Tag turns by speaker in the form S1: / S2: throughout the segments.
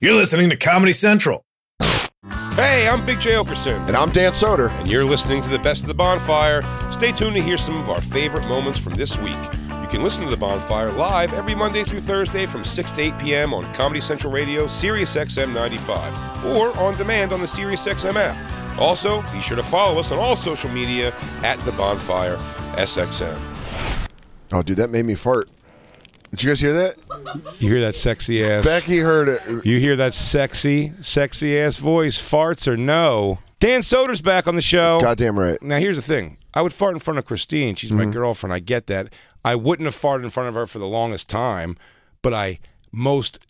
S1: You're listening to Comedy Central.
S2: Hey, I'm Big J. Okerson,
S3: And I'm Dan Soder.
S2: and you're listening to the best of the bonfire. Stay tuned to hear some of our favorite moments from this week. You can listen to the bonfire live every Monday through Thursday from 6 to 8 p.m. on Comedy Central Radio, Sirius XM 95, or on demand on the Sirius XM app. Also, be sure to follow us on all social media at the bonfire SXM.
S3: Oh, dude, that made me fart. Did you guys hear that?
S2: You hear that sexy ass?
S3: Becky heard it.
S2: You hear that sexy, sexy ass voice, farts or no? Dan Soder's back on the show.
S3: Goddamn right.
S2: Now here's the thing. I would fart in front of Christine. She's
S3: Mm-hmm.
S2: my girlfriend. I get that. I wouldn't have farted in front of her for the longest time, but I most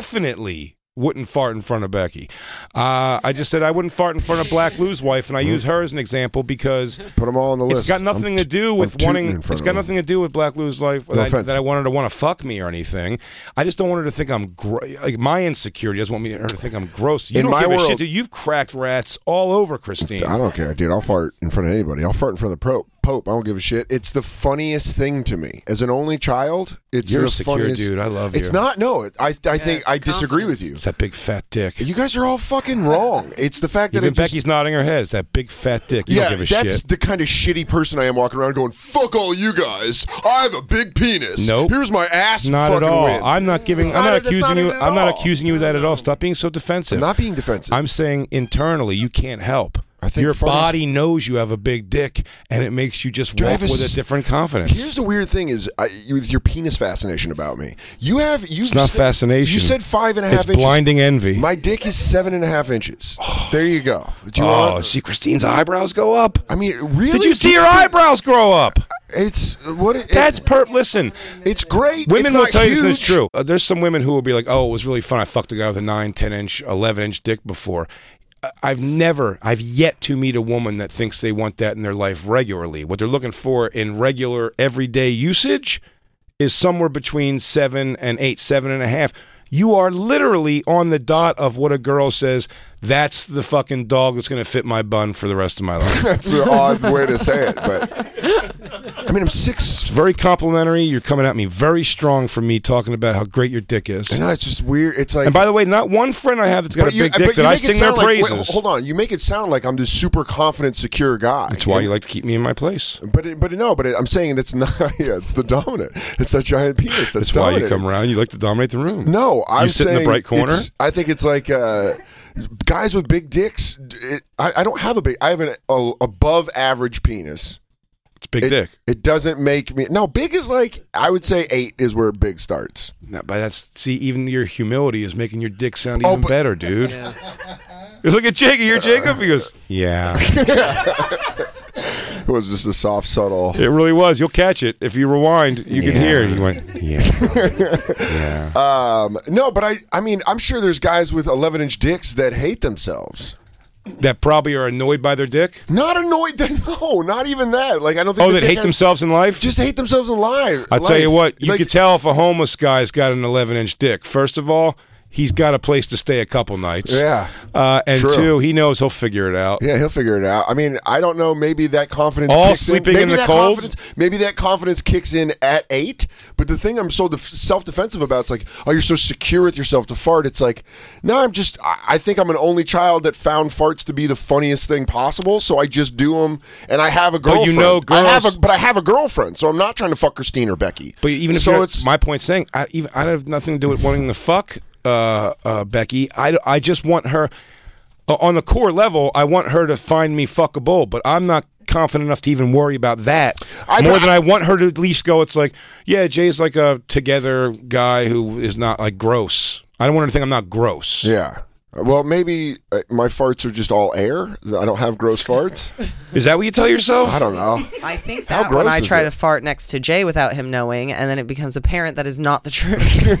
S2: definitely wouldn't fart in front of Becky. Uh, I just said I wouldn't fart in front of Black Lou's wife, and I use her as an example because
S3: Put them all on the list.
S2: it's got nothing
S3: Mm-hmm. I'm
S2: to
S3: t-
S2: do
S3: I'm
S2: with
S3: tooting
S2: wanting.
S3: in front
S2: It's
S3: of
S2: got
S3: them.
S2: nothing to do with Black Lou's life that, I,
S3: offense.
S2: that I want her to want to fuck me or anything. I just don't want her to think I'm gr- like my insecurity doesn't want me to, her to think I'm gross. You
S3: In
S2: don't
S3: my
S2: give a shit,
S3: world-
S2: dude. You've cracked rats all over Christine.
S3: I don't care, dude. I'll fart in front of anybody. I'll fart in front of the pro- Pope. I don't give a shit. It's the funniest thing to me. As an only child, it's
S2: You're
S3: the
S2: a secure
S3: funniest.
S2: dude. I love
S3: It's
S2: you.
S3: not. No, it- I. I think I disagree with you.
S2: It's that big fat dick.
S3: You guys are all fucking wrong. It's the fact that
S2: Even
S3: it just,
S2: Becky's nodding her head. It's that big fat dick. You
S3: yeah,
S2: don't give a
S3: that's
S2: shit.
S3: the kind of shitty person I am walking around going, "Fuck all you guys. I have a big penis.
S2: Nope.
S3: Here's my ass.
S2: Not at
S3: fucking
S2: all.
S3: win."
S2: I'm not giving.
S3: It's
S2: I'm not,
S3: that's
S2: accusing
S3: not
S2: you.
S3: it at
S2: I'm not
S3: all.
S2: accusing you of that at all. Stop being so defensive.
S3: I'm not being defensive.
S2: I'm saying internally, you can't help.
S3: I think
S2: Your
S3: funny-
S2: body knows you have a big dick, and it makes you just
S3: Dude, I
S2: walk
S3: have
S2: with
S3: s-
S2: a different confidence.
S3: Here's the weird thing: is I, you- with your penis fascination about me. You have you.
S2: it's not
S3: said-
S2: fascination.
S3: You said five and a half.
S2: It's
S3: inches.
S2: blinding envy.
S3: My dick is seven and a half inches. There you go. Do you
S2: oh,
S3: want?
S2: see, Christine's eyebrows go up.
S3: I mean, really?
S2: Did you see her eyebrows grow up?
S3: It's what? It,
S2: That's per. Listen,
S3: it's great.
S2: Women
S3: It's
S2: will
S3: not
S2: tell you this is
S3: huge.
S2: true. Uh, there's some women who will be like, "Oh, it was really fun. I fucked a guy with a 9, 10 inch, 11 inch dick before." I- I've never, I've yet to meet a woman that thinks they want that in their life regularly. What they're looking for in regular, everyday usage is somewhere between seven and eight, seven and a half. You are literally on the dot of what a girl says. That's the fucking dog that's going to fit my bun for the rest of my life.
S3: That's an odd way to say it, but I mean, I'm six.
S2: very complimentary. You're coming at me very strong for me talking about how great your dick is.
S3: No, it's just weird. It's like.
S2: And by the way, not one friend I have that's got
S3: but
S2: a
S3: you- uh,
S2: big
S3: but
S2: dick
S3: you
S2: that I
S3: make it
S2: sing their
S3: sound like- wait,
S2: praises.
S3: hold on, you make it sound like I'm this super confident, secure guy.
S2: That's why you like to keep me in my place.
S3: But it, but no, but it, I'm saying that's not. Yeah, it's the dominant. It's that giant penis. That's,
S2: That's why you
S3: dominating.
S2: come around. You like to dominate the room.
S3: No, I'm
S2: you sit
S3: saying
S2: in the bright corner.
S3: it's- I think it's like uh, guys with big dicks. It, I, I don't have a big. I have an a, above average penis.
S2: It's big
S3: it,
S2: dick.
S3: It doesn't make me. No, big is like I would say eight is where big starts.
S2: No, but that's see, even your humility is making your dick sound
S3: Oh,
S2: even
S3: but-
S2: better, dude. Look at Jacob. You're Jacob. He goes, yeah.
S3: It was just a soft, subtle.
S2: it really was. You'll catch it if you rewind. You can hear it. You went, yeah. yeah.
S3: Um, no, but I. I mean, I'm sure there's guys with 11 inch dicks that hate themselves.
S2: that probably are annoyed by their dick.
S3: Not annoyed. No, not even that. Like I don't think.
S2: Oh, that
S3: the dick
S2: hate
S3: has-
S2: themselves in life.
S3: Just hate themselves alive.
S2: I'll tell you what, you
S3: Like,
S2: could tell if a homeless guy's got an 11 inch dick. First of all, he's got a place to stay a couple nights.
S3: Yeah.
S2: Uh, and
S3: True.
S2: two, he knows he'll figure it out.
S3: Yeah, he'll figure it out. I mean, I don't know. Maybe that confidence.
S2: All
S3: kicks
S2: sleeping
S3: in,
S2: in
S3: maybe
S2: the
S3: that
S2: cold?
S3: confidence- Maybe that confidence kicks in at eight. But the thing I'm so def- self-defensive about is like, oh, you're so secure with yourself to fart. It's like, no, I'm just. I-, I think I'm an only child that found farts to be the funniest thing possible. So I just do them, and I have a
S2: But
S3: girlfriend.
S2: you know
S3: I have
S2: girls-
S3: a, but I have a girlfriend, so I'm not trying to fuck Christine or Becky.
S2: But even if
S3: so,
S2: you're-
S3: it's
S2: my point saying, I even I have nothing to do with wanting to fuck uh, uh, Becky. I, I just want her uh, on the core level. I want her to find me fuckable, but I'm not confident enough to even worry about that
S3: I-
S2: more than I want her to at least go. It's like, yeah, Jay's like a together guy who is not like gross. I don't want her to think I'm not gross.
S3: yeah. Well, maybe uh, my farts are just all air. I don't have gross farts.
S2: Is that what you tell yourself?
S3: I don't know.
S4: I think
S3: How
S4: that when
S3: gross
S4: I
S3: is
S4: try
S3: it?
S4: to fart next to Jay without him knowing, and then it becomes apparent that is not the truth.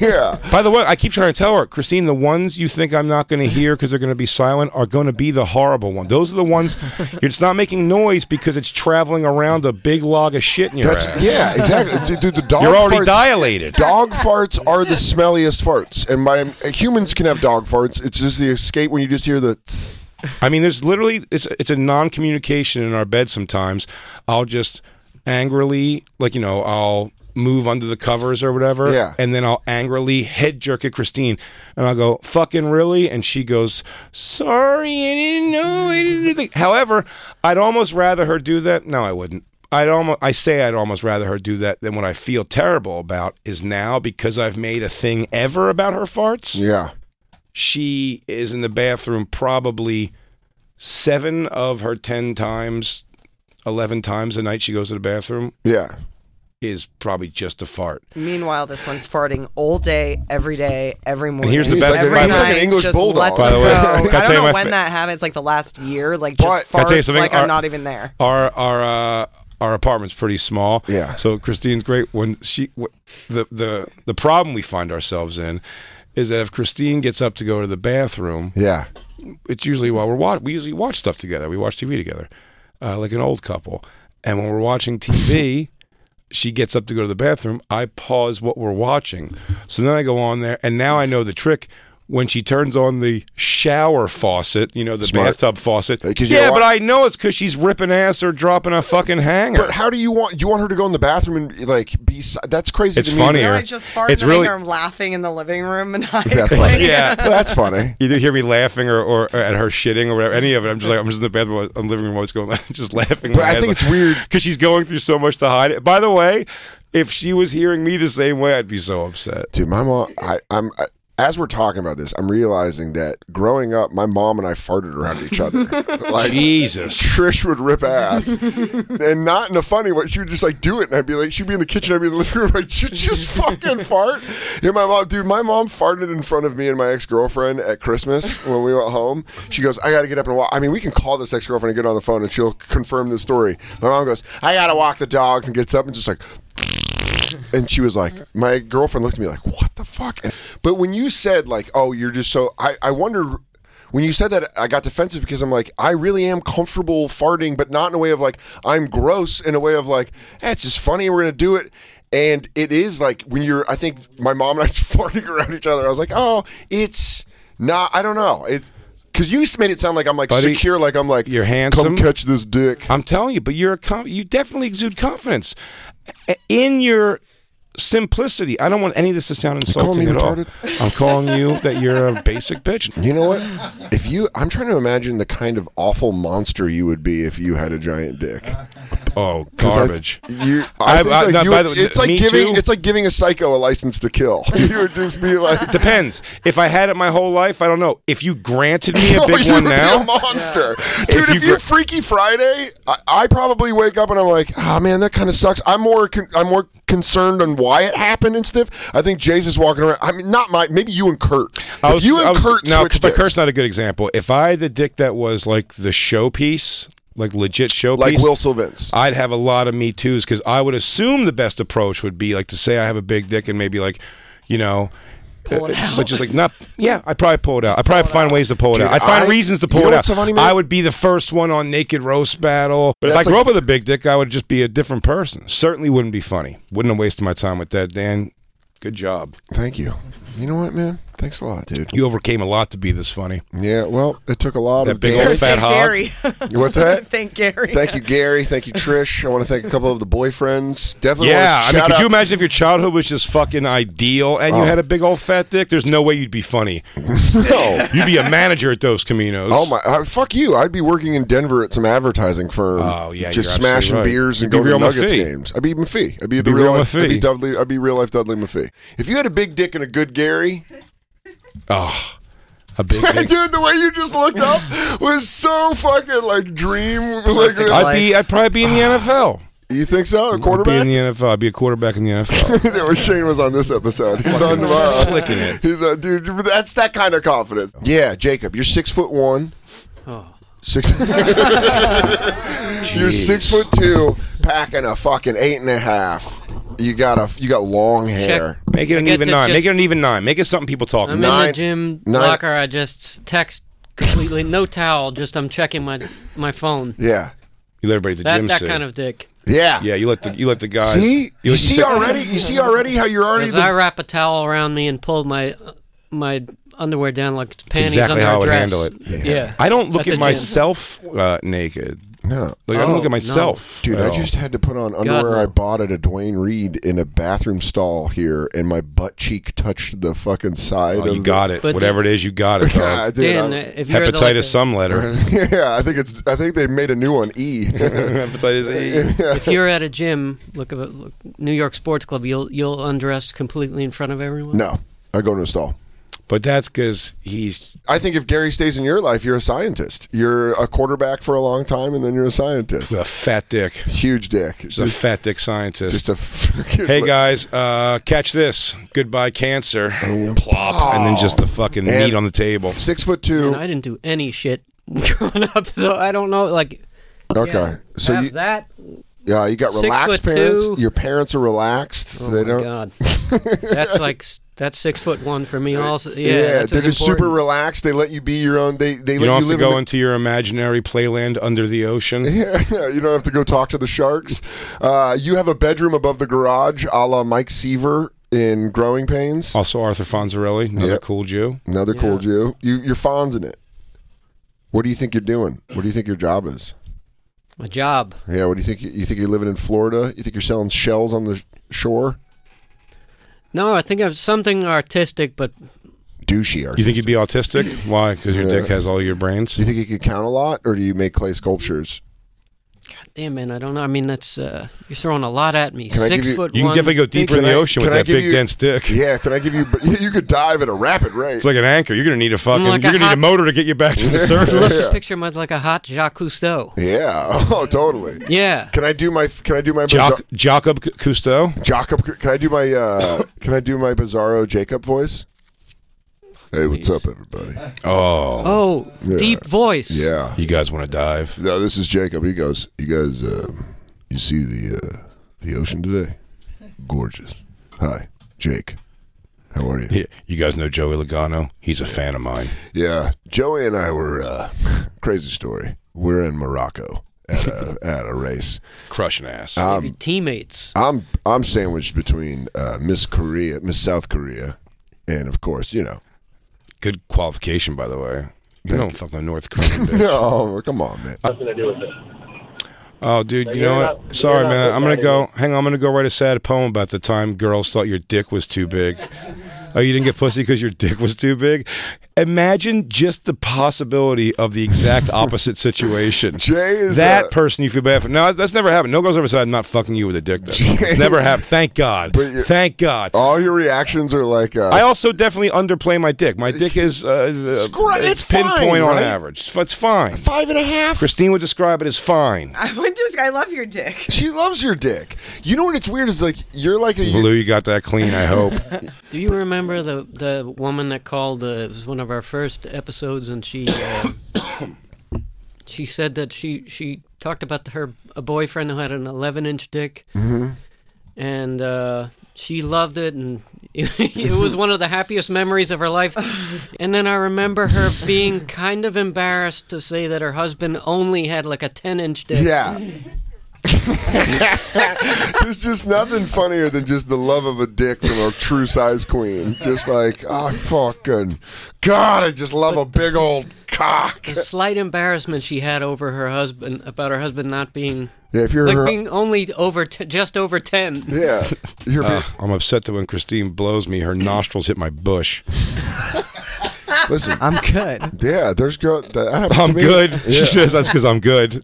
S3: Yeah.
S2: By the way, I keep trying to tell her, Christine, the ones you think I'm not going to hear because they're going to be silent are going to be the horrible ones. Those are the ones it's not making noise because it's traveling around a big log of shit in your
S3: That's
S2: ass.
S3: yeah, exactly. Dude, dude, the dog
S2: You're already
S3: farts,
S2: dilated.
S3: Dog farts are the smelliest farts, and by humans can have dog farts. It's just the escape when you just hear the. tss.
S2: I mean, there's literally it's it's a non-communication in our bed. Sometimes I'll just angrily, like you know, I'll move under the covers or whatever,
S3: Yeah.
S2: and then I'll angrily head jerk at Christine, and I'll go fucking really, and she goes sorry, I didn't know, I didn't. Think. However, I'd almost rather her do that. No, I wouldn't. I'd almost I say I'd almost rather her do that than what I feel terrible about is now because I've made a thing ever about her farts
S3: Yeah.
S2: she is in the bathroom probably seven of her 10 times, 11 times a night she goes to the bathroom
S3: Yeah.
S2: is probably just a fart.
S4: Meanwhile, this one's farting all day, every day, every morning.
S2: here's the He's best- like a-
S4: every
S2: he's like
S3: an
S4: night,
S3: English
S4: just
S3: bulldog.
S4: lets
S3: By
S4: it
S2: the way,
S4: go.
S2: can I tell
S4: I
S2: you
S4: don't
S2: my
S4: know when
S2: fa-
S4: that happened. It's like the last year. Like just
S3: But-
S2: Can I
S4: farts.
S2: tell you something?
S4: Like
S2: Our-
S4: I'm not even there.
S2: Our, our, uh, our apartment's pretty small.
S3: Yeah.
S2: So Christine's great. When she, wh- the, the, the problem we find ourselves in is that if Christine gets up to go to the bathroom,
S3: Yeah.
S2: it's usually while we're watch. We usually watch stuff together. We watch TV together, uh, like an old couple. And when we're watching TV, she gets up to go to the bathroom. I pause what we're watching. So then I go on there, and now I know the trick. When she turns on the shower faucet, you know the
S3: Smart.
S2: bathtub faucet.
S3: Uh, 'cause you
S2: Yeah,
S3: know
S2: but
S3: what?
S2: I know it's because she's ripping ass or dropping a fucking hanger.
S3: But how do you want? You want her to go in the bathroom and like be? si- That's crazy.
S2: It's
S3: to me.
S2: funny.
S4: You know,
S2: here.
S4: I just farted
S2: It's
S4: in the
S2: really-
S4: anger, I'm laughing in the living room and I
S3: That's
S4: like,
S3: funny.
S2: yeah.
S3: That's funny.
S2: You didn't hear me laughing or, or at her shitting or whatever, any of it. I'm just like, I'm just in the bathroom, I'm living room, always going, just laughing.
S3: But I think it's weird.
S2: because she's going through so much to hide it. By the way, if she was hearing me the same way, I'd be so upset.
S3: Dude, my mom. I, I'm I, as we're talking about this, I'm realizing that growing up, my mom and I farted around each other. like
S2: Jesus.
S3: Trish would rip ass, and not in a funny way. She would just like do it, and I'd be like, she'd be in the kitchen, I'd be in the living room, like, "Ju- just fucking fart. And my mom, dude, my mom farted in front of me and my ex girlfriend at Christmas when we went home. She goes, I got to get up and walk. I mean, we can call this ex girlfriend and get on the phone, and she'll confirm the story. My mom goes, I got to walk the dogs, and gets up and just like. And she was like, my girlfriend looked at me like, what the fuck? And- But when you said like, oh, you're just so, I, I wonder when you said that, I got defensive because I'm like, I really am comfortable farting, but not in a way of like, I'm gross, in a way of like, eh, it's just funny, we're going to do it. And it is like when you're, I think my mom and I was farting around each other. I was like, oh, it's not, I don't know. It's, Cause you just made it sound like I'm like
S2: Buddy,
S3: secure, like I'm like
S2: you're
S3: Come
S2: handsome.
S3: catch this dick.
S2: I'm telling you, but you're a com- you definitely exude confidence A- in your simplicity. I don't want any of this to sound
S3: calling
S2: insulting
S3: me
S2: at all.
S3: retarded?
S2: I'm calling you that you're a basic bitch.
S3: You know what? If you, I'm trying to imagine the kind of awful monster you would be if you had a giant dick.
S2: Oh,
S3: 'Cause I-
S2: garbage.
S3: you,
S2: I-
S3: I think
S2: I-
S3: like
S2: no,
S3: you
S2: by
S3: would-
S2: the-
S3: it's like
S2: me
S3: giving,
S2: too.
S3: it's like giving a psycho a license to kill. You would just be like,
S2: Depends. If I had it my whole life, I don't know. If you granted me a
S3: "No,
S2: big
S3: "Oh, you
S2: one
S3: would be
S2: now,
S3: a monster, dude. If,
S2: If you
S3: you
S2: gr-
S3: are Freaky Friday, I, I probably wake up and I'm like, oh man, that kind of sucks. I'm more, con- I'm more concerned on why it happened and stuff. I think Jay's is walking around. I mean, not my, maybe you and Kurt.
S2: I
S3: if you and
S2: I was-
S3: Kurt
S2: no,
S3: switched
S2: but
S3: dicks,
S2: Kurt's not a good example. If I had the dick that was like the showpiece, like legit showpiece,
S3: like Will Sylvans.
S2: I'd have a lot of me too's because I would assume the best approach would be like to say I have a big dick and maybe like, you know. uh, Just like, just like not, yeah. I'd probably pull it out. I'd probably find ways to pull it
S3: Dude,
S2: out. I'd find
S3: I-
S2: reasons to
S3: you
S2: pull
S3: know
S2: it out.
S3: what's so funny, man?
S2: I would be the first one on Naked Roast Battle. But
S3: That's
S2: if I grew
S3: like-
S2: up with a big dick, I would just be a different person. Certainly wouldn't be funny. Wouldn't have wasted my time with that, Dan. Good job.
S3: Thank you. You know what, man? Thanks a lot, dude.
S2: You overcame a lot to be this funny.
S3: Yeah, well, it took a lot
S2: That
S3: of
S2: big
S3: Gary.
S2: old fat
S4: Thank
S2: hog.
S4: Gary.
S3: What's that?
S4: Thank Gary.
S3: Thank you, Gary. Thank you, Trish. I want to thank a couple of the boyfriends. Definitely.
S2: Yeah, I
S3: want to
S2: mean,
S3: shout
S2: could
S3: out-
S2: you imagine if your childhood was just fucking ideal and you
S3: Oh.
S2: had a big old fat dick? There's no way you'd be funny.
S3: No.
S2: You'd be a manager at Dos Caminos.
S3: Oh my! Uh, fuck you! I'd be working in Denver at some advertising firm.
S2: Oh, yeah,
S3: just
S2: you're absolutely
S3: smashing
S2: right.
S3: beers
S2: You'd
S3: and
S2: be
S3: going to
S2: real
S3: Nuggets
S2: Maffei.
S3: games. I'd be Maffei. I'd be the
S2: be
S3: real
S2: real
S3: life. I'd be
S2: Maffei.
S3: Dudley. I'd be real life Dudley Maffei. If you had a big dick and a good Gary,
S2: Oh, a big
S3: dude,
S2: dick.
S3: the way you just looked up was so fucking like dream. Like
S2: I'd be. I'd probably be in the NFL.
S3: You think so? A quarterback?
S2: I'd be in the NFL. I'd be a quarterback in the NFL.
S3: They were- Shane was on this episode. He's on tomorrow.
S2: flicking it.
S3: He's on, dude. That's that kind of confidence. Yeah, Jacob, you're six foot one.
S2: Oh.
S3: Six. you're six foot two, packing a fucking eight and a half. You got a you got long hair.
S2: Make it
S5: I
S2: an
S5: get
S2: even
S5: to
S2: nine. Make
S5: just-
S2: it an even nine. Make it something people talk
S5: I'm
S2: about.
S5: in
S3: Nine-
S5: the gym
S3: nine-
S5: locker. I just text completely, no towel. Just I'm checking my my phone.
S3: Yeah,
S2: You let everybody at the
S5: That
S2: gym
S5: that
S2: see.
S5: kind of dick.
S3: yeah,
S2: Yeah, you let the you let the guys.
S3: See, you,
S2: let-
S3: see
S2: said-
S3: already. You see already how you're already.
S5: Because
S3: The,
S5: I wrap a towel around me and pulled my my underwear down like panties
S2: exactly
S5: under
S2: how I
S5: a
S2: would
S5: dress.
S2: handle it.
S5: Yeah.
S2: I don't look
S5: the
S2: at,
S5: gym.
S2: myself uh, naked.
S3: no,
S2: Like I don't
S5: Oh,
S2: look at
S5: no.
S2: myself.
S3: Dude,
S2: at
S3: I
S2: all.
S3: just had to put on underwear
S5: no.
S3: I bought at a Dwayne Reed in a bathroom stall here, and my butt cheek touched the fucking side.
S2: Oh,
S3: of
S2: you
S3: the-
S2: got it.
S5: But
S2: Whatever it is, you got it.
S3: Yeah,
S2: Dog.
S3: dude,
S5: Dan,
S3: I-
S5: if you're the,
S2: Hepatitis,
S5: like, the-
S2: some letter.
S3: yeah, I think it's. I think they made a new one. E.
S2: Hepatitis E.
S5: if you're at a gym, look at look, New York Sports Club. You'll you'll undress completely in front of everyone.
S3: no, I go to a stall.
S2: But that's because he's
S3: I think if Gary stays in your life, you're a scientist. You're a quarterback for a long time, and then you're a scientist.
S2: a fat dick.
S3: Huge dick.
S2: He's a
S3: Just,
S2: fat dick scientist.
S3: just a. fucking-
S2: Hey guys, uh, catch this. Goodbye cancer.
S3: Oh,
S2: Plop, and then just the fucking
S3: And-
S2: meat on the table.
S3: Six foot two.
S5: And I didn't do any shit growing up, so I don't know. Like
S3: okay, so
S5: that,
S3: you,
S5: that
S3: yeah, you got
S5: Six
S3: relaxed
S5: foot
S3: parents.
S5: two.
S3: Your parents are relaxed.
S5: oh
S3: they
S5: my
S3: don't.
S5: god, that's like s- that's six foot one for me. Also, yeah, that's
S3: they're
S5: as
S3: just super
S5: important.
S3: relaxed. They let you be your own. They they
S2: You
S3: let
S2: don't
S3: you
S2: have to
S3: live.
S2: go
S3: in
S2: into your imaginary playland under the ocean.
S3: the, yeah, you don't have to go talk to the sharks. Uh, you have a bedroom above the garage, a la Mike Seaver in Growing Pains.
S2: Also, Arthur Fonzarelli, another
S3: Yep.
S2: cool Jew.
S3: Another cool Jew. You you're fonzing it. What do you think you're doing? What do you think your job is?
S5: My job.
S3: Yeah, what do you think? You think you're living in Florida? You think you're selling shells on the shore?
S5: No, I think I'm something artistic, but
S3: Douchey. Art.
S2: You think you'd be autistic? Why? Because your dick has all your brains.
S3: Do you think you could count a lot, or do you make clay sculptures?
S5: damn man, I don't know. I mean, that's uh, you're throwing a lot at me.
S3: Can I
S5: six
S3: give you-
S5: foot
S2: You
S5: one.
S2: can definitely go deeper in the
S3: I-
S2: ocean with
S3: can I
S2: that
S3: give
S2: big
S3: you-
S2: dense dick.
S3: Yeah, can I give you? You could dive at a rapid rate.
S2: It's like an anchor. You're gonna need a fucking.
S5: like a
S2: you're gonna need
S5: hot-
S2: a motor to get you back to the
S5: Just
S2: surface.
S5: Picture him as like a hot Jacques Cousteau.
S3: yeah. Oh, totally.
S5: Yeah.
S3: Can I do my? Can I do my?
S2: Joc-
S3: Bizar-
S2: Jacob Cousteau.
S3: Jacob, can I do my? Uh, can I do my Bizarro Jacob voice? Hey, what's up, everybody?
S2: Oh,
S5: Oh, deep voice.
S3: Yeah.
S2: you guys want to dive?
S3: No, this is Jacob. He goes, "You guys, uh, you see the uh, the ocean today? Gorgeous. Hi, Jake. How are you?
S2: Yeah. You guys know Joey Logano. He's a fan of mine.
S3: Yeah, Joey and I were uh, crazy story. We're in Morocco at a at a race.
S2: Crushing ass.
S5: Your teammates.
S3: I'm I'm sandwiched between uh, Miss Korea, Miss South Korea, and of course, you know."
S2: Good qualification, by the way. You don't fuck with North Korean. bitch.
S3: No, come on, man.
S2: Oh, dude, you know what? Sorry, man. I'm gonna go. Hang on, I'm gonna go write a sad poem about the time girls thought your dick was too big. Oh, you didn't get pussy because your dick was too big. Imagine just the possibility of the exact opposite situation.
S3: Jay is
S2: that
S3: a-
S2: person you feel bad for. No, that's never happened. No girls ever said I'm not fucking you with a dick. Though. It's never happened. Thank God.
S3: you-
S2: Thank God.
S3: All your reactions are like, uh,
S2: I also definitely underplay my dick. My dick is uh,
S3: gr-
S2: uh,
S3: it's fine,
S2: pinpoint on
S3: right?
S2: average. It's fine.
S3: five and a half.
S2: Christine would describe it as fine.
S4: I went to. I love your dick.
S3: She loves your dick. You know what? It's weird. Is like you're like a
S2: Blue, you got that clean. I hope.
S5: Do you remember the the woman that called? Uh, it was one of our first episodes, and she uh, she said that she she talked about her a boyfriend who had an 11 inch dick, and uh, she loved it, and it, was one of the happiest memories of her life. And then I remember her being kind of embarrassed to say that her husband only had like a 10 inch dick.
S3: Yeah. There's just nothing funnier than just the love of a dick from a true size queen. Just like, oh, fucking God, I just love a big old cock.
S5: The slight embarrassment she had over her husband about her husband not being
S3: Yeah, if you're
S5: like
S3: her,
S5: being only over t- just over 10
S3: yeah, you're be-
S2: I'm upset that when Christine blows me, her nostrils hit my bush.
S3: listen.
S4: I'm good.
S3: Yeah, there's girl. That happened to
S2: I'm
S3: me.
S2: good. She says that's because I'm good.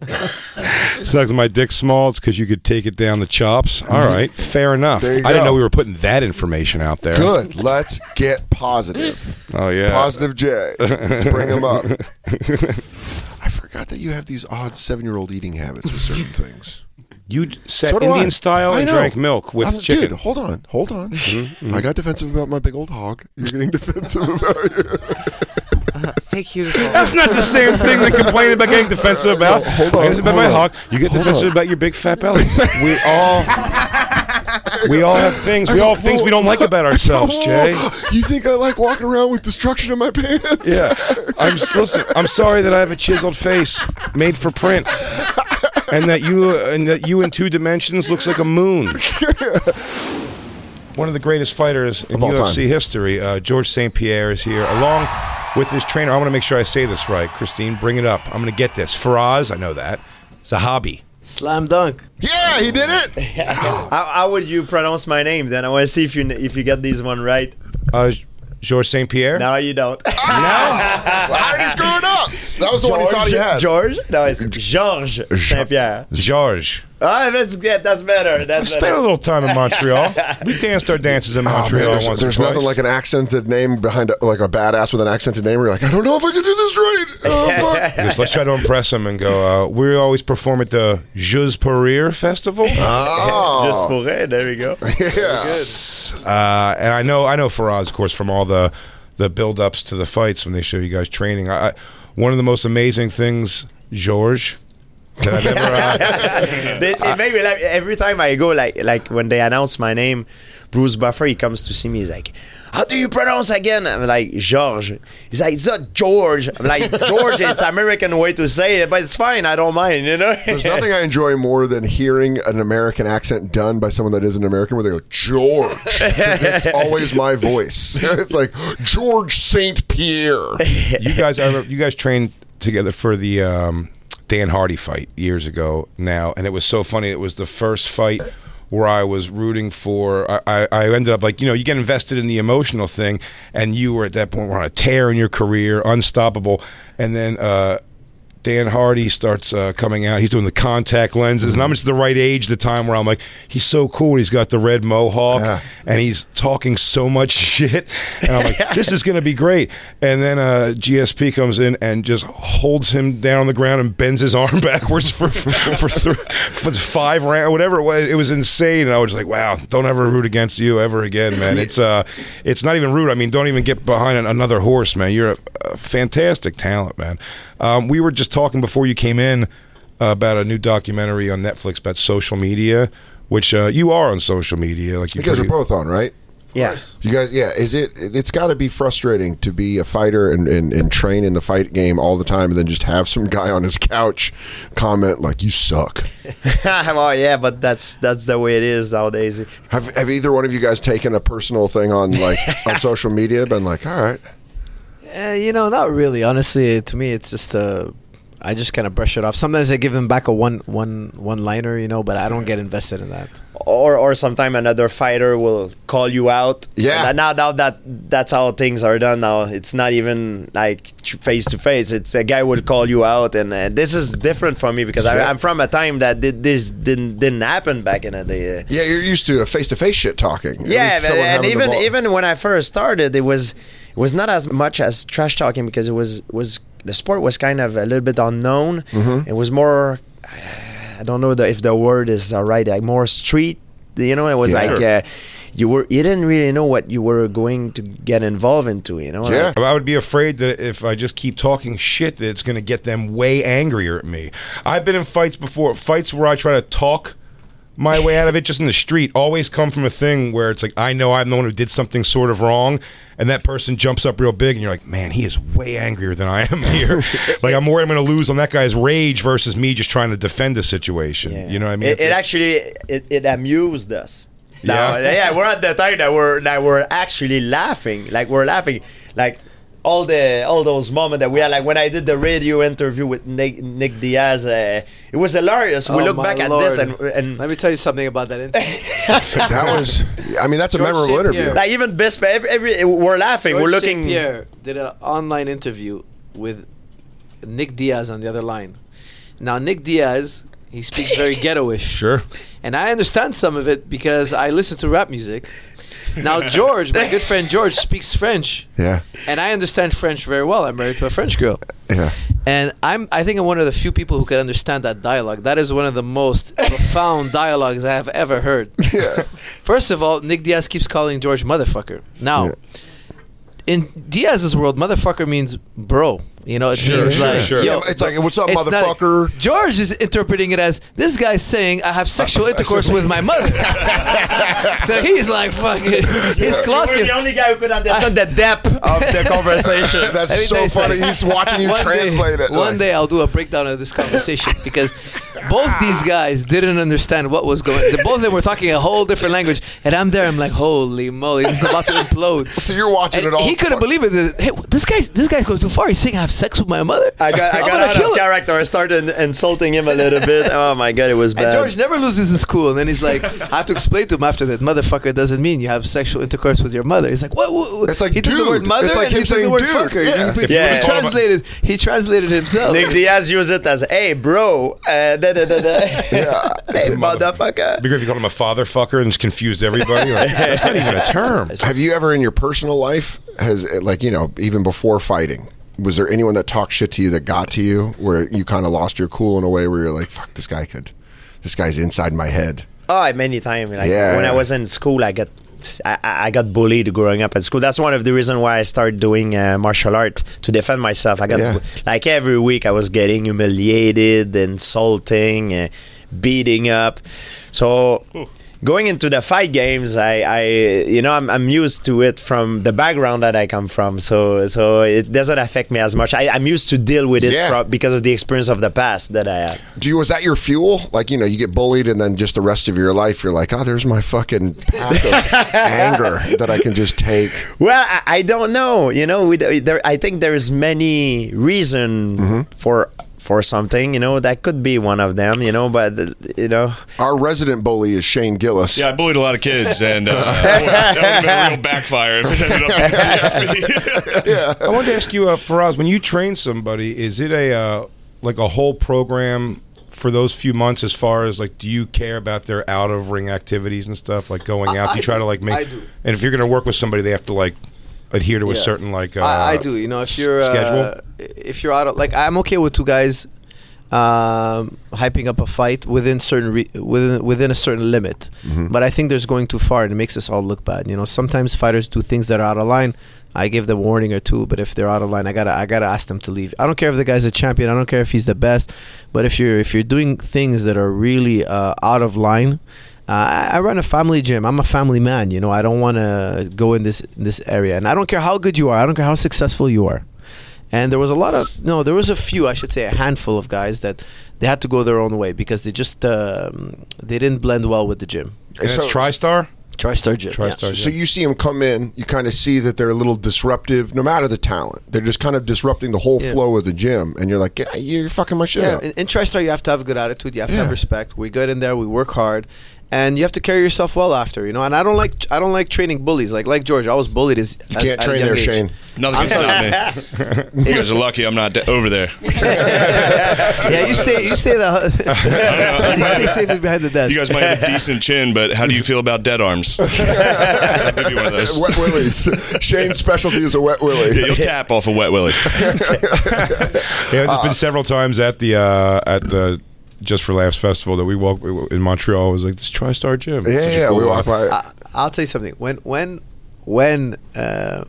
S2: It's not 'cause my dick's small. It's because you could take it down the chops. All right, fair enough.
S3: There
S2: I
S3: you
S2: didn't
S3: go.
S2: know we were putting that information out there.
S3: Good. Let's get positive.
S2: Oh yeah.
S3: Positive J. Let's bring him up. I forgot that you have these odd seven year old eating habits with certain things.
S2: You d- sat
S3: So do
S2: Indian
S3: I.
S2: style
S3: I
S2: and
S3: know.
S2: drank milk with
S3: I'm-
S2: chicken. Mm-hmm,
S3: Dude, hold on, hold on. I got defensive about my big old hog. You're getting defensive about your
S4: Say beautiful.
S2: That's not the same thing that complaining about getting defensive about.
S3: No, hold on,
S2: It's about
S3: hold
S2: my
S3: on.
S2: hog. You get
S3: Hold
S2: defensive
S3: on.
S2: about your big fat belly. We all. We all have things. We all have things we don't like about ourselves, Jay.
S3: You think I like walking around with destruction in my pants?
S2: Yeah, I'm s- listen. I'm sorry that I have a chiseled face made for print, and that you and that you in two dimensions looks like a moon. One of the greatest fighters in
S3: Of all
S2: UFC
S3: time.
S2: history, uh, George St. Pierre, is here along with his trainer. I want to make sure I say this right, Christine. Bring it up. I'm going to get this. Faraz, I know that. It's a hobby.
S6: Slam dunk.
S3: Yeah, he did it.
S6: How, how would you pronounce my name? Then I want to see if you if you get this one right.
S2: Uh, George St. Pierre.
S6: No, you don't.
S3: How did he screw it up? That was Ah, the one he thought he had.
S6: George? No, it's George Saint Pierre.
S2: George.
S6: Ah, that's yeah, that's better. That's
S2: Spent a
S6: better.
S2: little time in Montreal. We danced our dances in
S3: Oh, man,
S2: Montreal
S3: there's
S2: once
S3: there's
S2: or
S3: nothing
S2: twice.
S3: like an accented name behind a, like a badass with an accented name. Where you're like, I don't know if I can do this right. Oh, fuck.
S2: Because let's try to impress them and go. Uh, we always perform at the Jeux Parir Festival, uh,
S6: Just
S3: Oh,
S6: for it. There we go.
S3: yeah.
S2: Uh, and I know I know Faraz, of course, from all the the build ups to the fights when they show you guys training. I, I, one of the most amazing things, George, that I've ever. Uh,
S6: they, it made me laugh. Every time I go, like like when they announce my name, Bruce Buffer he comes to see me. He's like, "How do you pronounce again?" I'm like, "George." He's like, "It's not George." I'm like, "George." It's American way to say it, but it's fine. I don't mind. You know.
S3: There's nothing I enjoy more than hearing an American accent done by someone that isn't American, where they go George. 'Cause It's always my voice. it's like George Saint Pierre.
S2: you guys, I remember, you guys trained together for the um, Dan Hardy fight years ago now, and it was so funny. It was the first fight where I was rooting for. I, I, I ended up like you know you get invested in the emotional thing, and you were at that point were on a tear in your career, unstoppable, and then. Uh, Dan Hardy starts uh, coming out. He's doing the contact lenses, and I'm just the right age, the time where I'm like, he's so cool. He's got the red mohawk,
S3: Yeah.
S2: and he's talking so much shit. And I'm like, this is going to be great. And then uh, GSP comes in and just holds him down on the ground and bends his arm backwards for for, th- for five rounds, whatever it was. It was insane, and I was just like, wow, don't ever root against you ever again, man. It's uh, it's not even rude. I mean, don't even get behind an- another horse, man. You're a, a fantastic talent, man. Um, we were just talking before you came in about a new documentary on Netflix about social media. Which uh, you are on social media, like
S3: You guys are
S2: pretty-
S3: both on, right?
S6: yeah.
S3: You guys, yeah. Is it? It's got to be frustrating to be a fighter and, and and train in the fight game all the time, and then just have some guy on his couch comment like, "You suck."
S6: well, yeah, but that's that's the way it is nowadays.
S3: Have Have either one of you guys taken a personal thing on like on social media? Been like, "All right,
S6: Uh,
S7: You know, not really. Honestly, to me, it's just uh, I just kind of brush it off. Sometimes I give them back a one one one liner, you know, but I don't get invested in that.
S6: or or sometime another fighter will call you out.
S3: Yeah.
S6: And now now that that's how things are done now. It's not even like face to face. It's a guy will call you out, and uh, this is different for me because I, I'm from a time that did, this didn't didn't happen back in the day.
S3: yeah, you're used to a face to face shit talking." At
S6: Yeah,
S3: least
S6: but,
S3: someone
S6: and
S3: having the
S6: even
S3: ball.
S6: even when I first started, it was it was not as much as trash talking because it was was the sport was kind of a little bit unknown.
S3: Mm-hmm.
S6: It was more I don't know the, if the word is all right, like more street. You know, it was
S3: Yeah.
S6: like
S3: Sure.
S6: uh, you were you didn't really know what you were going to get involved into. You know,
S3: Yeah.
S6: Like,
S2: I would be afraid that if I just keep talking shit, that it's going to get them way angrier at me. I've been in fights before, fights where I try to talk my way out of it just in the street always come from a thing where it's like I know I'm the one who did something sort of wrong and that person jumps up real big and you're like man he is way angrier than I am here like I'm worried I'm going to lose on that guy's rage versus me just trying to defend the situation you know what I mean
S6: It, it
S2: It's-
S6: actually it, it amused us. Now,
S2: Yeah?
S6: yeah, we're at the time that we're that we're actually laughing, like we're laughing, like all the all those moments that we had. Like when I did the radio interview with Nick, Nick Diaz, uh, it was hilarious. we
S7: Oh,
S6: look
S7: my
S6: back at this and
S7: Lord.
S6: and
S7: let me tell you something about that. interview.
S3: that was. I mean, that's a
S7: George
S3: memorable
S7: St.
S3: interview.
S7: Pierre.
S6: like even Bispa, every, every we're laughing, we're
S7: George St.
S6: looking.
S7: Pierre did an online interview with Nick Diaz on the other line. Now Nick Diaz, he speaks very ghettoish.
S2: Sure.
S7: And I understand some of it because I listen to rap music. Now George, my good friend George, speaks French.
S3: Yeah,
S7: And I understand French very well. I'm married to a French girl.
S3: yeah.
S7: And I'm I think I'm one of the few people who can understand that dialogue. That is one of the most profound dialogues I have ever heard.
S3: Yeah.
S7: First of all, Nick Diaz keeps calling George motherfucker. Now,
S3: Yeah.
S7: in Diaz's world, motherfucker means bro. You know, it means
S2: sure,
S7: like
S2: sure.
S7: yo,
S3: Yeah, it's like, what's up,
S7: it's not-
S3: motherfucker?
S7: George is interpreting it as this guy's saying I have sexual intercourse with my mother. so he's like fucking his claws
S6: You were
S7: get
S6: the only guy who could understand the depth of the conversation.
S7: Let me tell
S3: That's so
S7: you
S3: funny.
S7: something.
S3: He's watching you
S7: One day-
S3: translate it.
S7: One
S3: like-
S7: day I'll do a breakdown of this conversation because both these guys didn't understand what was going. The, both of them were talking a whole different language, and I'm there. I'm like, holy moly, this is about to implode.
S3: So you're watching
S7: And
S3: it all.
S7: He couldn't
S3: fuck-
S7: believe it. that, Hey, this guy's this guy's going too far. He's saying I have sex with my mother.
S6: I got, I
S7: I'm
S6: got
S7: gonna
S6: out
S7: kill
S6: of
S7: him.
S6: character. I started insulting him a little bit. Oh my god, it was bad.
S7: And George never loses his cool. And then he's like, I have to explain to him after that, motherfucker doesn't mean you have sexual intercourse with your mother. He's like, what? what, what?"
S3: It's like,
S7: he took the
S3: dude.
S7: word mother
S3: It's like
S7: and
S3: him
S7: he took the
S3: saying
S7: word
S3: dude.
S7: fucker.
S3: Yeah.
S7: He, he
S6: Yeah.
S7: translated. He translated himself.
S6: Nick Diaz used it as, "Hey, bro, uh, da, da, da, da. hey,
S2: It'd be
S6: motherfucker."
S2: great if you called him a father fucker and just confused everybody. Like, that's not even a term.
S3: Have you ever in your personal life has uh, like you know even before fighting? Was there anyone that talked shit to you that got to you where you kind of lost your cool in a way where you're like, fuck, this guy could, this guy's inside my head.
S6: Oh, I- many times. Like
S3: Yeah,
S6: when
S3: yeah.
S6: I was in school, I got I, I I got bullied growing up at school. That's one of the reasons why I started doing uh, martial art to defend myself. I got
S3: Yeah.
S6: like every week I was getting humiliated, insulting, uh, beating up. So. Going into the fight games, I, I you know, I'm, I'm used to it from the background that I come from, so so it doesn't affect me as much. I, I'm used to deal with it
S3: Yeah.
S6: fro- because of the experience of the past that I had.
S3: Do you was that your fuel? Like you know, you get bullied and then just the rest of your life, you're like, oh, there's my fucking pack of anger that I can just take.
S6: Well, I, I don't know. You know, we, there, I think there is many reason
S7: Mm-hmm.
S6: for for something. You know, that could be one of them. You know, but uh, you know,
S3: Our resident bully is Shane Gillis.
S8: Yeah, I bullied a lot of kids, and uh, that would have been a real backfire if it ended up against me.
S2: I wanted to ask you, uh, Faraz, when you train somebody, is it a uh, like a whole program for those few months? As far as like, do you care about their out of ring activities and stuff, like going out? do you try to like make?
S7: I do.
S2: And if you're going to work with somebody, they have to like adhere to a
S7: Yeah.
S2: certain like. Uh,
S7: I, I do. You know, if you're
S2: s-
S7: uh,
S2: schedule.
S7: if you're out of like, I'm okay with two guys um, hyping up a fight within certain re- within within a certain limit. But I think there's going too far, and it makes us all look bad. You know, sometimes fighters do things that are out of line. I give them warning or two, but if they're out of line, I gotta I gotta ask them to leave. I don't care if the guy's a champion. I don't care if he's the best. But if you're if you're doing things that are really uh, out of line. Uh, I I run a family gym. I'm a family man. You know, I don't want to go in this this area, and I don't care how good you are. I don't care how successful you are. And there was a lot of no, there was a few, I should say, a handful of guys that they had to go their own way because they just um, they didn't blend well with the gym.
S2: And
S3: So-
S2: it's TriStar.
S7: TriStar gym.
S2: TriStar.
S7: yeah.
S2: Gym.
S3: So you see them come in, you kind of see that they're a little disruptive, no matter the talent. They're just kind of disrupting the whole
S7: Yeah.
S3: flow of the gym, and you're like, yeah, you're fucking my shit
S7: Yeah,
S3: up.
S7: in, in TriStar, you have to have a good attitude. You have to
S3: Yeah.
S7: have respect. We get in there, we work hard, and you have to carry yourself well after, you know. And I don't like I don't like training bullies. Like like George, I was bullied. As,
S3: You can't train there, Shane.
S8: Nothing can stop me. You guys are lucky I'm not da- over there.
S7: yeah, you stay you stay the you stay safely behind the desk.
S8: You guys might have a decent chin, but how do you feel about dead arms? I'll give you one of those.
S3: wet willies. Shane's specialty is a wet
S8: Yeah,
S3: willy.
S8: you'll tap off a wet willy.
S2: Yeah, there's
S7: Uh,
S2: been several times at the uh, at the Just for Laughs festival that we walk in Montreal. I was like, this TriStar gym.
S3: Yeah,
S2: Such a
S3: yeah,
S2: cool
S3: we walk
S2: vibe.
S3: by.
S7: I, I'll tell you something. When when when uh,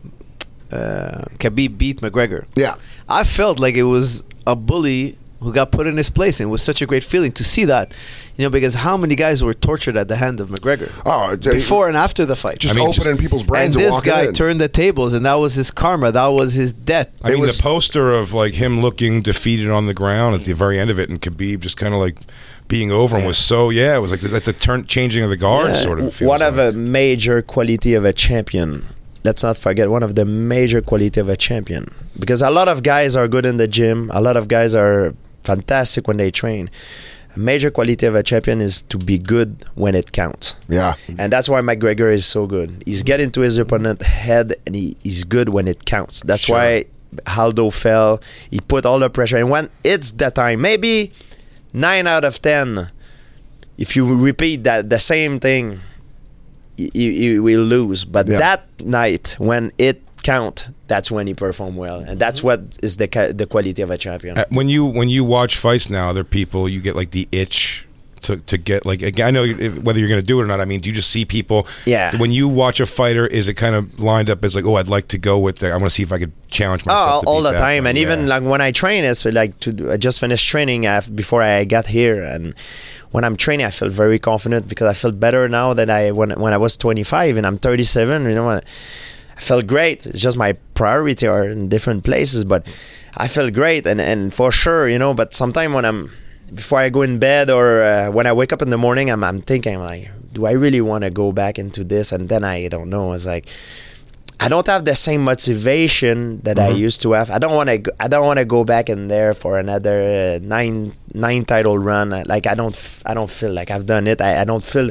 S7: uh, Khabib beat McGregor,
S3: Yeah.
S7: I felt like it was a bully who got put in his place, and it was such a great feeling to see that, you know, because how many guys were tortured at the hand of McGregor
S3: oh, d-
S7: before and after the fight?
S3: just
S2: I mean,
S3: opening
S2: just-
S3: people's brains
S7: and
S3: and,
S7: this
S3: walking
S7: guy
S3: in.
S7: turned the tables, and that was his karma. That was his debt.
S2: I
S3: It
S2: mean,
S3: was-
S2: the poster of like him looking defeated on the ground at the very end of it, and Khabib just kind of like being over him was so yeah, it was like that's a turn changing of the guard sort of. it feels
S6: one of
S2: like.
S6: a major quality of a champion. Let's not forget one of the major quality of a champion because a lot of guys are good in the gym. A lot of guys are fantastic when they train. A major quality of a champion is to be good when it counts.
S3: yeah.
S6: And that's why McGregor is so good. He's getting to his opponent's head and he, he's good when it counts. That's
S2: Sure.
S6: why Haldo fell. He put all the pressure. And when it's that time, maybe nine out of 10, if you repeat that the same thing, you, you, you will lose. But
S3: Yeah.
S6: that night, when it count, that's when he performed well, and that's what is the ca- the quality of a champion.
S2: Uh, when you when you watch fights now, other people you get like the itch to to get like again, I know you- if- whether you're going to do it or not. I mean, do you just see people?
S6: Yeah.
S2: When you watch a fighter, is it kind of lined up as like, oh, I'd like to go with that. I want to see if I could challenge myself.
S6: Oh,
S2: to
S6: all
S2: beat
S6: the
S2: that
S6: time,
S2: guy.
S6: and even
S2: Yeah.
S6: like when I train, it's like to do- I just finished training af- before I got here, and when I'm training, I feel very confident because I feel better now than I when when I was 25 and I'm 37. You know, I I felt great. It's just my priority are in different places, but I feel great, and and for sure, you know. But sometimes when I'm before I go in bed or uh, when I wake up in the morning, I'm I'm thinking like, do I really want to go back into this? And then I don't know. It's like. I don't have the same motivation that
S3: Mm-hmm.
S6: I used to have. I don't want to. I don't want to go back in there for another uh, nine nine title run. I- Like I don't. f- I don't feel like I've done it. I, I don't feel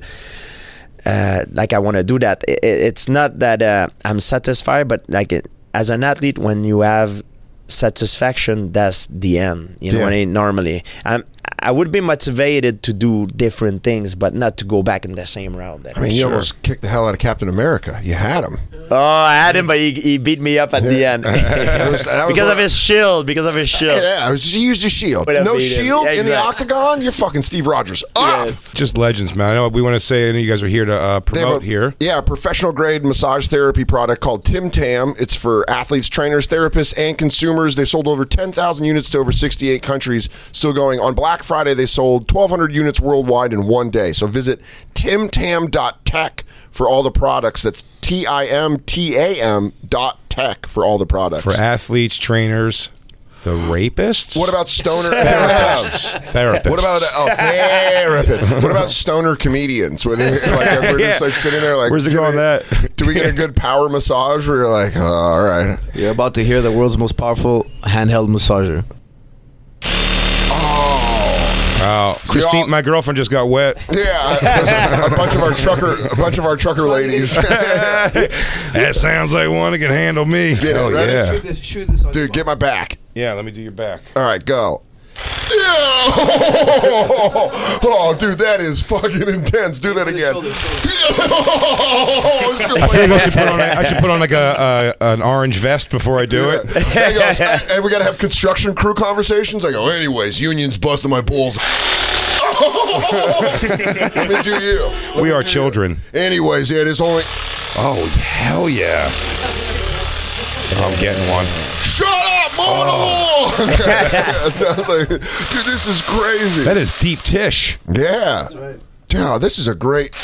S6: uh, like I want to do that. I- I- it's not that uh, I'm satisfied, but like it, as an athlete, when you have satisfaction, that's the end. You know
S3: Yeah.
S6: what I mean? Normally, I'm. I would be motivated to do different things, but not to go back in the same route. that
S3: I mean, you
S6: sure.
S3: almost kicked the hell out of Captain America. You had him.
S6: Oh, I had him, but he, he beat me up at the end
S3: was- that was
S6: because
S3: one-
S6: of his shield. Because of his shield.
S3: Yeah, I was just, he used a shield.
S6: Would have
S3: No
S6: beat him.
S3: shield
S6: Yeah,
S3: in the
S6: exactly.
S3: octagon. You're fucking Steve Rogers. Up.
S6: Yes.
S2: just legends, man. I know we want to say, I know you guys are here to uh,
S3: They have
S2: promote
S3: a-
S2: here.
S3: Yeah, a professional grade massage therapy product called Tim Tam. It's for athletes, trainers, therapists, and consumers. They sold over 10,000 units to over 68 countries, still going. On Black Friday, they sold 1,200 units worldwide in one day. So visit timtam.tech for all the products. That's T I M T A M dot tech for all the products.
S2: for athletes, trainers, the rapists.
S3: what about stoner
S2: therapists? therapists. Uh,
S3: What about oh, therapist? What about stoner comedians? When it- like we're just like sitting there, like
S2: Where's it
S3: do
S2: going
S3: we-
S2: that?
S3: Do we get a good power massage? Where you're like, oh, all right.
S7: You're about to hear the world's most powerful handheld massager.
S2: Wow.
S3: all-
S2: Christine? My girlfriend just got wet.
S3: Yeah, there's a, a bunch of our trucker, a bunch of our trucker ladies.
S2: that sounds like one that can handle me.
S3: it,
S2: oh
S3: right?
S2: yeah,
S7: this, shoot this
S3: Dude, get my back.
S2: yeah. Let me do your back.
S3: All right, go. Ew! Oh, dude, that is fucking intense. Do that again. This
S2: I
S3: feels like-
S2: think I should put on, I should put on like a, a an orange vest before I do it.
S3: Yeah. He goes, "Hey, hey, we got to have construction crew conversations. I go, anyways, unions busting my balls. Let me do you. Let
S2: We
S3: me
S2: are
S3: do
S2: children.
S3: You. Anyways, it is only. Oh, hell yeah.
S2: I'm getting one.
S3: Shut up, move oh. along. That sounds like, dude, this is crazy.
S2: That is deep tish.
S3: yeah. Yeah, this is a great.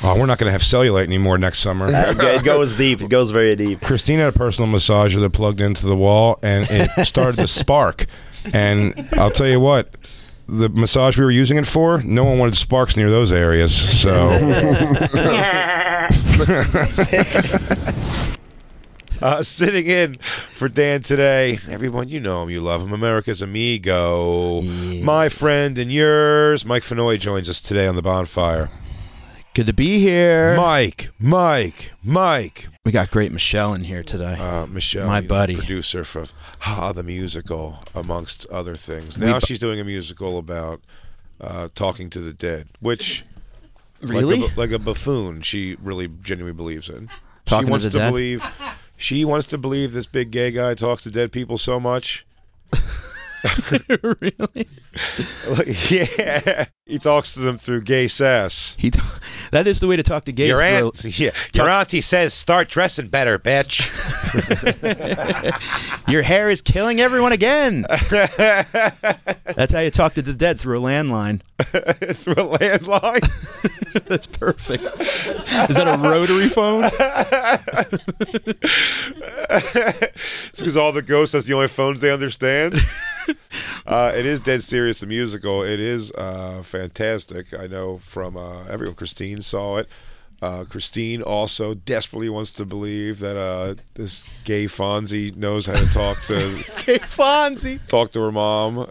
S2: Oh, we're not going to have cellulite anymore next summer.
S6: It go- it goes deep. It goes very deep.
S2: Christine had a personal massager that plugged into the wall and it started to spark. And I'll tell you what, the massage we were using it for, no one wanted sparks near those areas. So uh, sitting in for Dan today, everyone you know him, you love him, America's amigo, my friend and yours. Mike Fenoy joins us today on the bonfire.
S9: Good to be here.
S2: Mike, Mike, Mike,
S9: we got great Michelle in here today.
S2: uh, Michelle,
S9: My
S2: you know,
S9: buddy.
S2: producer for Ha the Musical, amongst other things. Now
S9: bu-
S2: she's doing a musical about uh, talking to the dead, which
S9: Really?
S2: like a, bu- like a buffoon, she really genuinely believes in.
S9: Talking
S2: she
S9: to
S2: wants
S9: the dead?
S2: believe. She wants to believe this big gay guy talks to dead people so much.
S9: really?
S2: Like, yeah, he talks to them through gay sass.
S9: He t- that is the way to talk to gays.
S2: Your
S9: through-
S2: aunt, yeah, your auntie says, "Start dressing better, bitch."
S9: Your hair is killing everyone again. That's how you talk to the dead through a landline.
S2: through a landline.
S9: That's perfect. Is that a rotary phone?
S2: It's because all the ghosts, that's the only phones they understand. uh, it is Dead Serious, the musical. It is uh, fantastic. I know from uh, everyone. Christine saw it. Uh, Christine also desperately wants to believe that uh, this gay Fonzie knows how to talk to
S9: Hey, Fonzie. Oh,
S2: talk to her mom and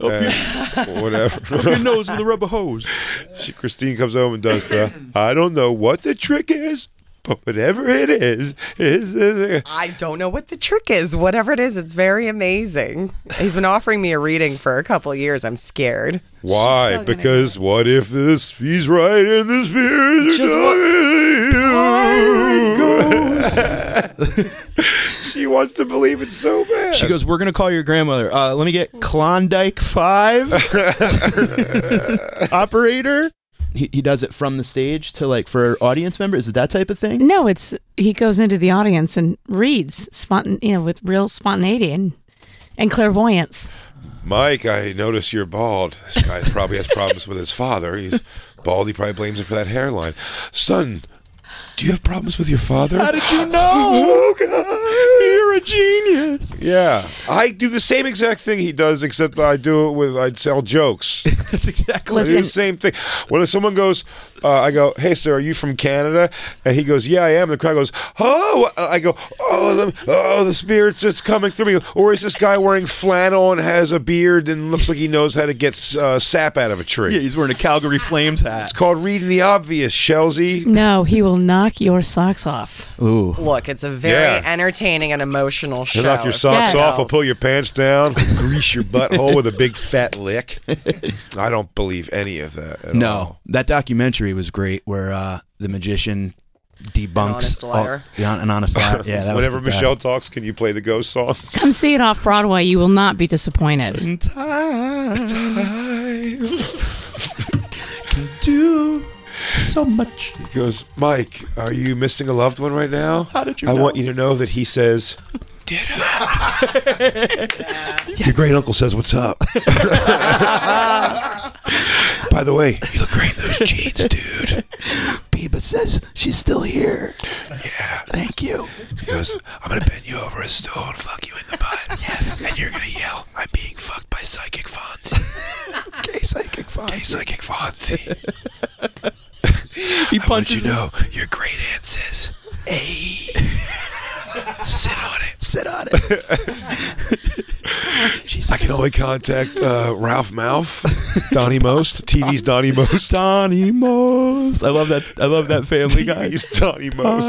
S2: whatever.
S9: Your nose with a rubber hose.
S2: She, Christine comes home and does the. I don't know what the trick is, but whatever it is, is. is
S4: I don't know what the trick is. Whatever it is, it's very amazing. He's been offering me a reading for a couple of years. I'm scared.
S2: Why? Because what if this he's right and the spirit
S4: Just
S2: is
S4: what-
S2: talking to you? she wants to believe it so bad.
S9: She goes, "We're gonna call your grandmother. Uh, let me get Klondike Five, operator." He, he does it from the stage to like for audience member. Is it that type of thing?
S10: No, it's he goes into the audience and reads spontan, you know, with real spontaneity and and clairvoyance.
S2: Mike, I notice you're bald. This guy probably has problems with his father. He's bald. He probably blames him for that hairline. Son, do you have problems with your father? Oh,
S9: How did you know? You're a genius.
S2: Yeah, I do the same exact thing he does, except I do it with I'd sell jokes.
S9: That's exactly
S2: I do the same thing. When someone goes, uh, I go, "Hey, sir, are you from Canada?" and he goes, "Yeah, I am." The crowd goes, "Oh!" I go, "Oh, the, oh, the spirits that's coming through me." Or is this guy wearing flannel and has a beard and looks like he knows how to get uh, sap out of a tree?
S9: Yeah, he's wearing a Calgary Flames hat.
S2: It's called reading the obvious, Shelsey.
S10: No, he will knock your socks off.
S9: Ooh.
S4: Look, it's a very
S2: Yeah.
S4: entertaining and emotional show.
S2: He'll knock your socks
S10: Yes.
S2: off. I'll pull your pants down. grease your butthole with a big fat lick. I don't believe any of that. At
S9: No,
S2: all.
S9: that documentary was great, where uh, the magician debunks
S4: honest
S9: all-
S4: liar.
S9: the hon- an honest liar. Yeah, that
S2: Whenever
S9: was the best.
S2: Michelle talks, can you play the ghost song?
S10: Come see it off Broadway. You will not be disappointed.
S9: In time can do so much.
S2: He goes, Mike, are you missing a loved one right now? How
S9: did you
S2: I
S9: know?
S2: want you to know that he says, Did I? Your great uncle says, What's up? By the way, you look great in those jeans, dude.
S9: Biba says she's still here.
S2: Yeah.
S9: Thank you.
S2: He goes, I'm going to bend you over a stool and fuck you in the butt. Yes. And you're going to yell, I'm being fucked by Psychic Fonzie.
S9: Gay psychic fun.
S2: Hey, Psychic Fonzie.
S9: He
S2: I want you
S9: punches
S2: to know your great aunt says, Hey, sit on it.
S9: Sit on it. She's
S2: I can only contact uh, Ralph Mouth, Donnie Most, TV's Donnie Most.
S9: Donnie Most. I love that. I love that Family Guy.
S2: TV's Donnie Most.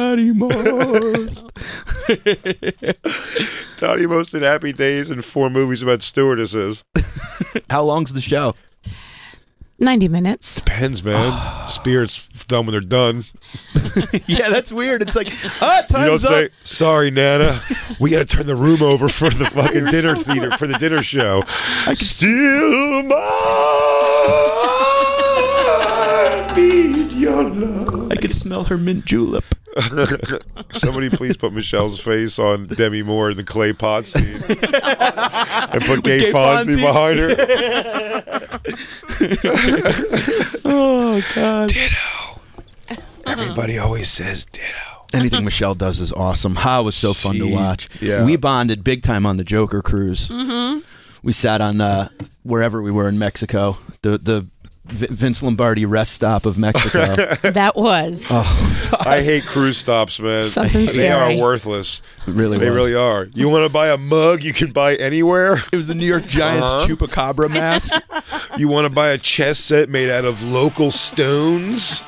S9: Donnie Most.
S2: Donnie Most in Happy Days and four movies about stewardesses.
S9: How long's the show?
S10: Ninety minutes.
S2: Pens, man. Spirits done when they're done.
S9: yeah, that's weird. It's like, ah,
S2: You don't
S9: time's up.
S2: say, sorry, Nana. We got to turn the room over for the fucking dinner theater, for the dinner show. I can still my- need your love.
S9: I could smell her mint julep.
S2: Somebody please put Michelle's face on Demi Moore in the clay pot scene. and put Gay,
S9: Gay
S2: Fonzie,
S9: Fonzie.
S2: behind her.
S9: Oh God!
S2: Ditto. Everybody always says ditto.
S9: Anything Michelle does is awesome. Ha was so fun
S2: She-
S9: to watch.
S2: yeah.
S9: we bonded big time on the Joker cruise. Mm-hmm. We sat on uh, wherever we were in Mexico, the the v- Vince Lombardi rest stop of Mexico.
S10: That was
S2: I hate cruise stops, man.
S10: Something
S2: They are
S10: scary.
S2: worthless.
S9: It really
S2: They
S9: was.
S2: really are. You want to buy a mug you can buy anywhere?
S9: It was the New York Giants
S2: Uh-huh.
S9: chupacabra mask.
S2: You want to buy a chess set made out of local stones?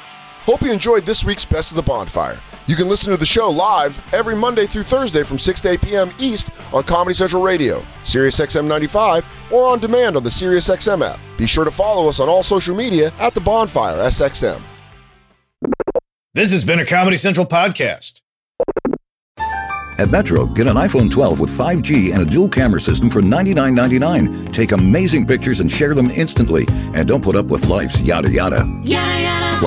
S3: Hope you enjoyed this week's Best of the Bonfire. You can listen to the show live every Monday through Thursday from 6 to 8 p.m. East on Comedy Central Radio, SiriusXM 95, or on demand on the SiriusXM app. Be sure to follow us on all social media at The Bonfire SXM.
S1: This has been a Comedy Central podcast.
S11: At Metro, get an iPhone 12 with 5G and a dual camera system for $99.99. Take amazing pictures and share them instantly. And don't put up with life's yada yada.
S12: Yada yada,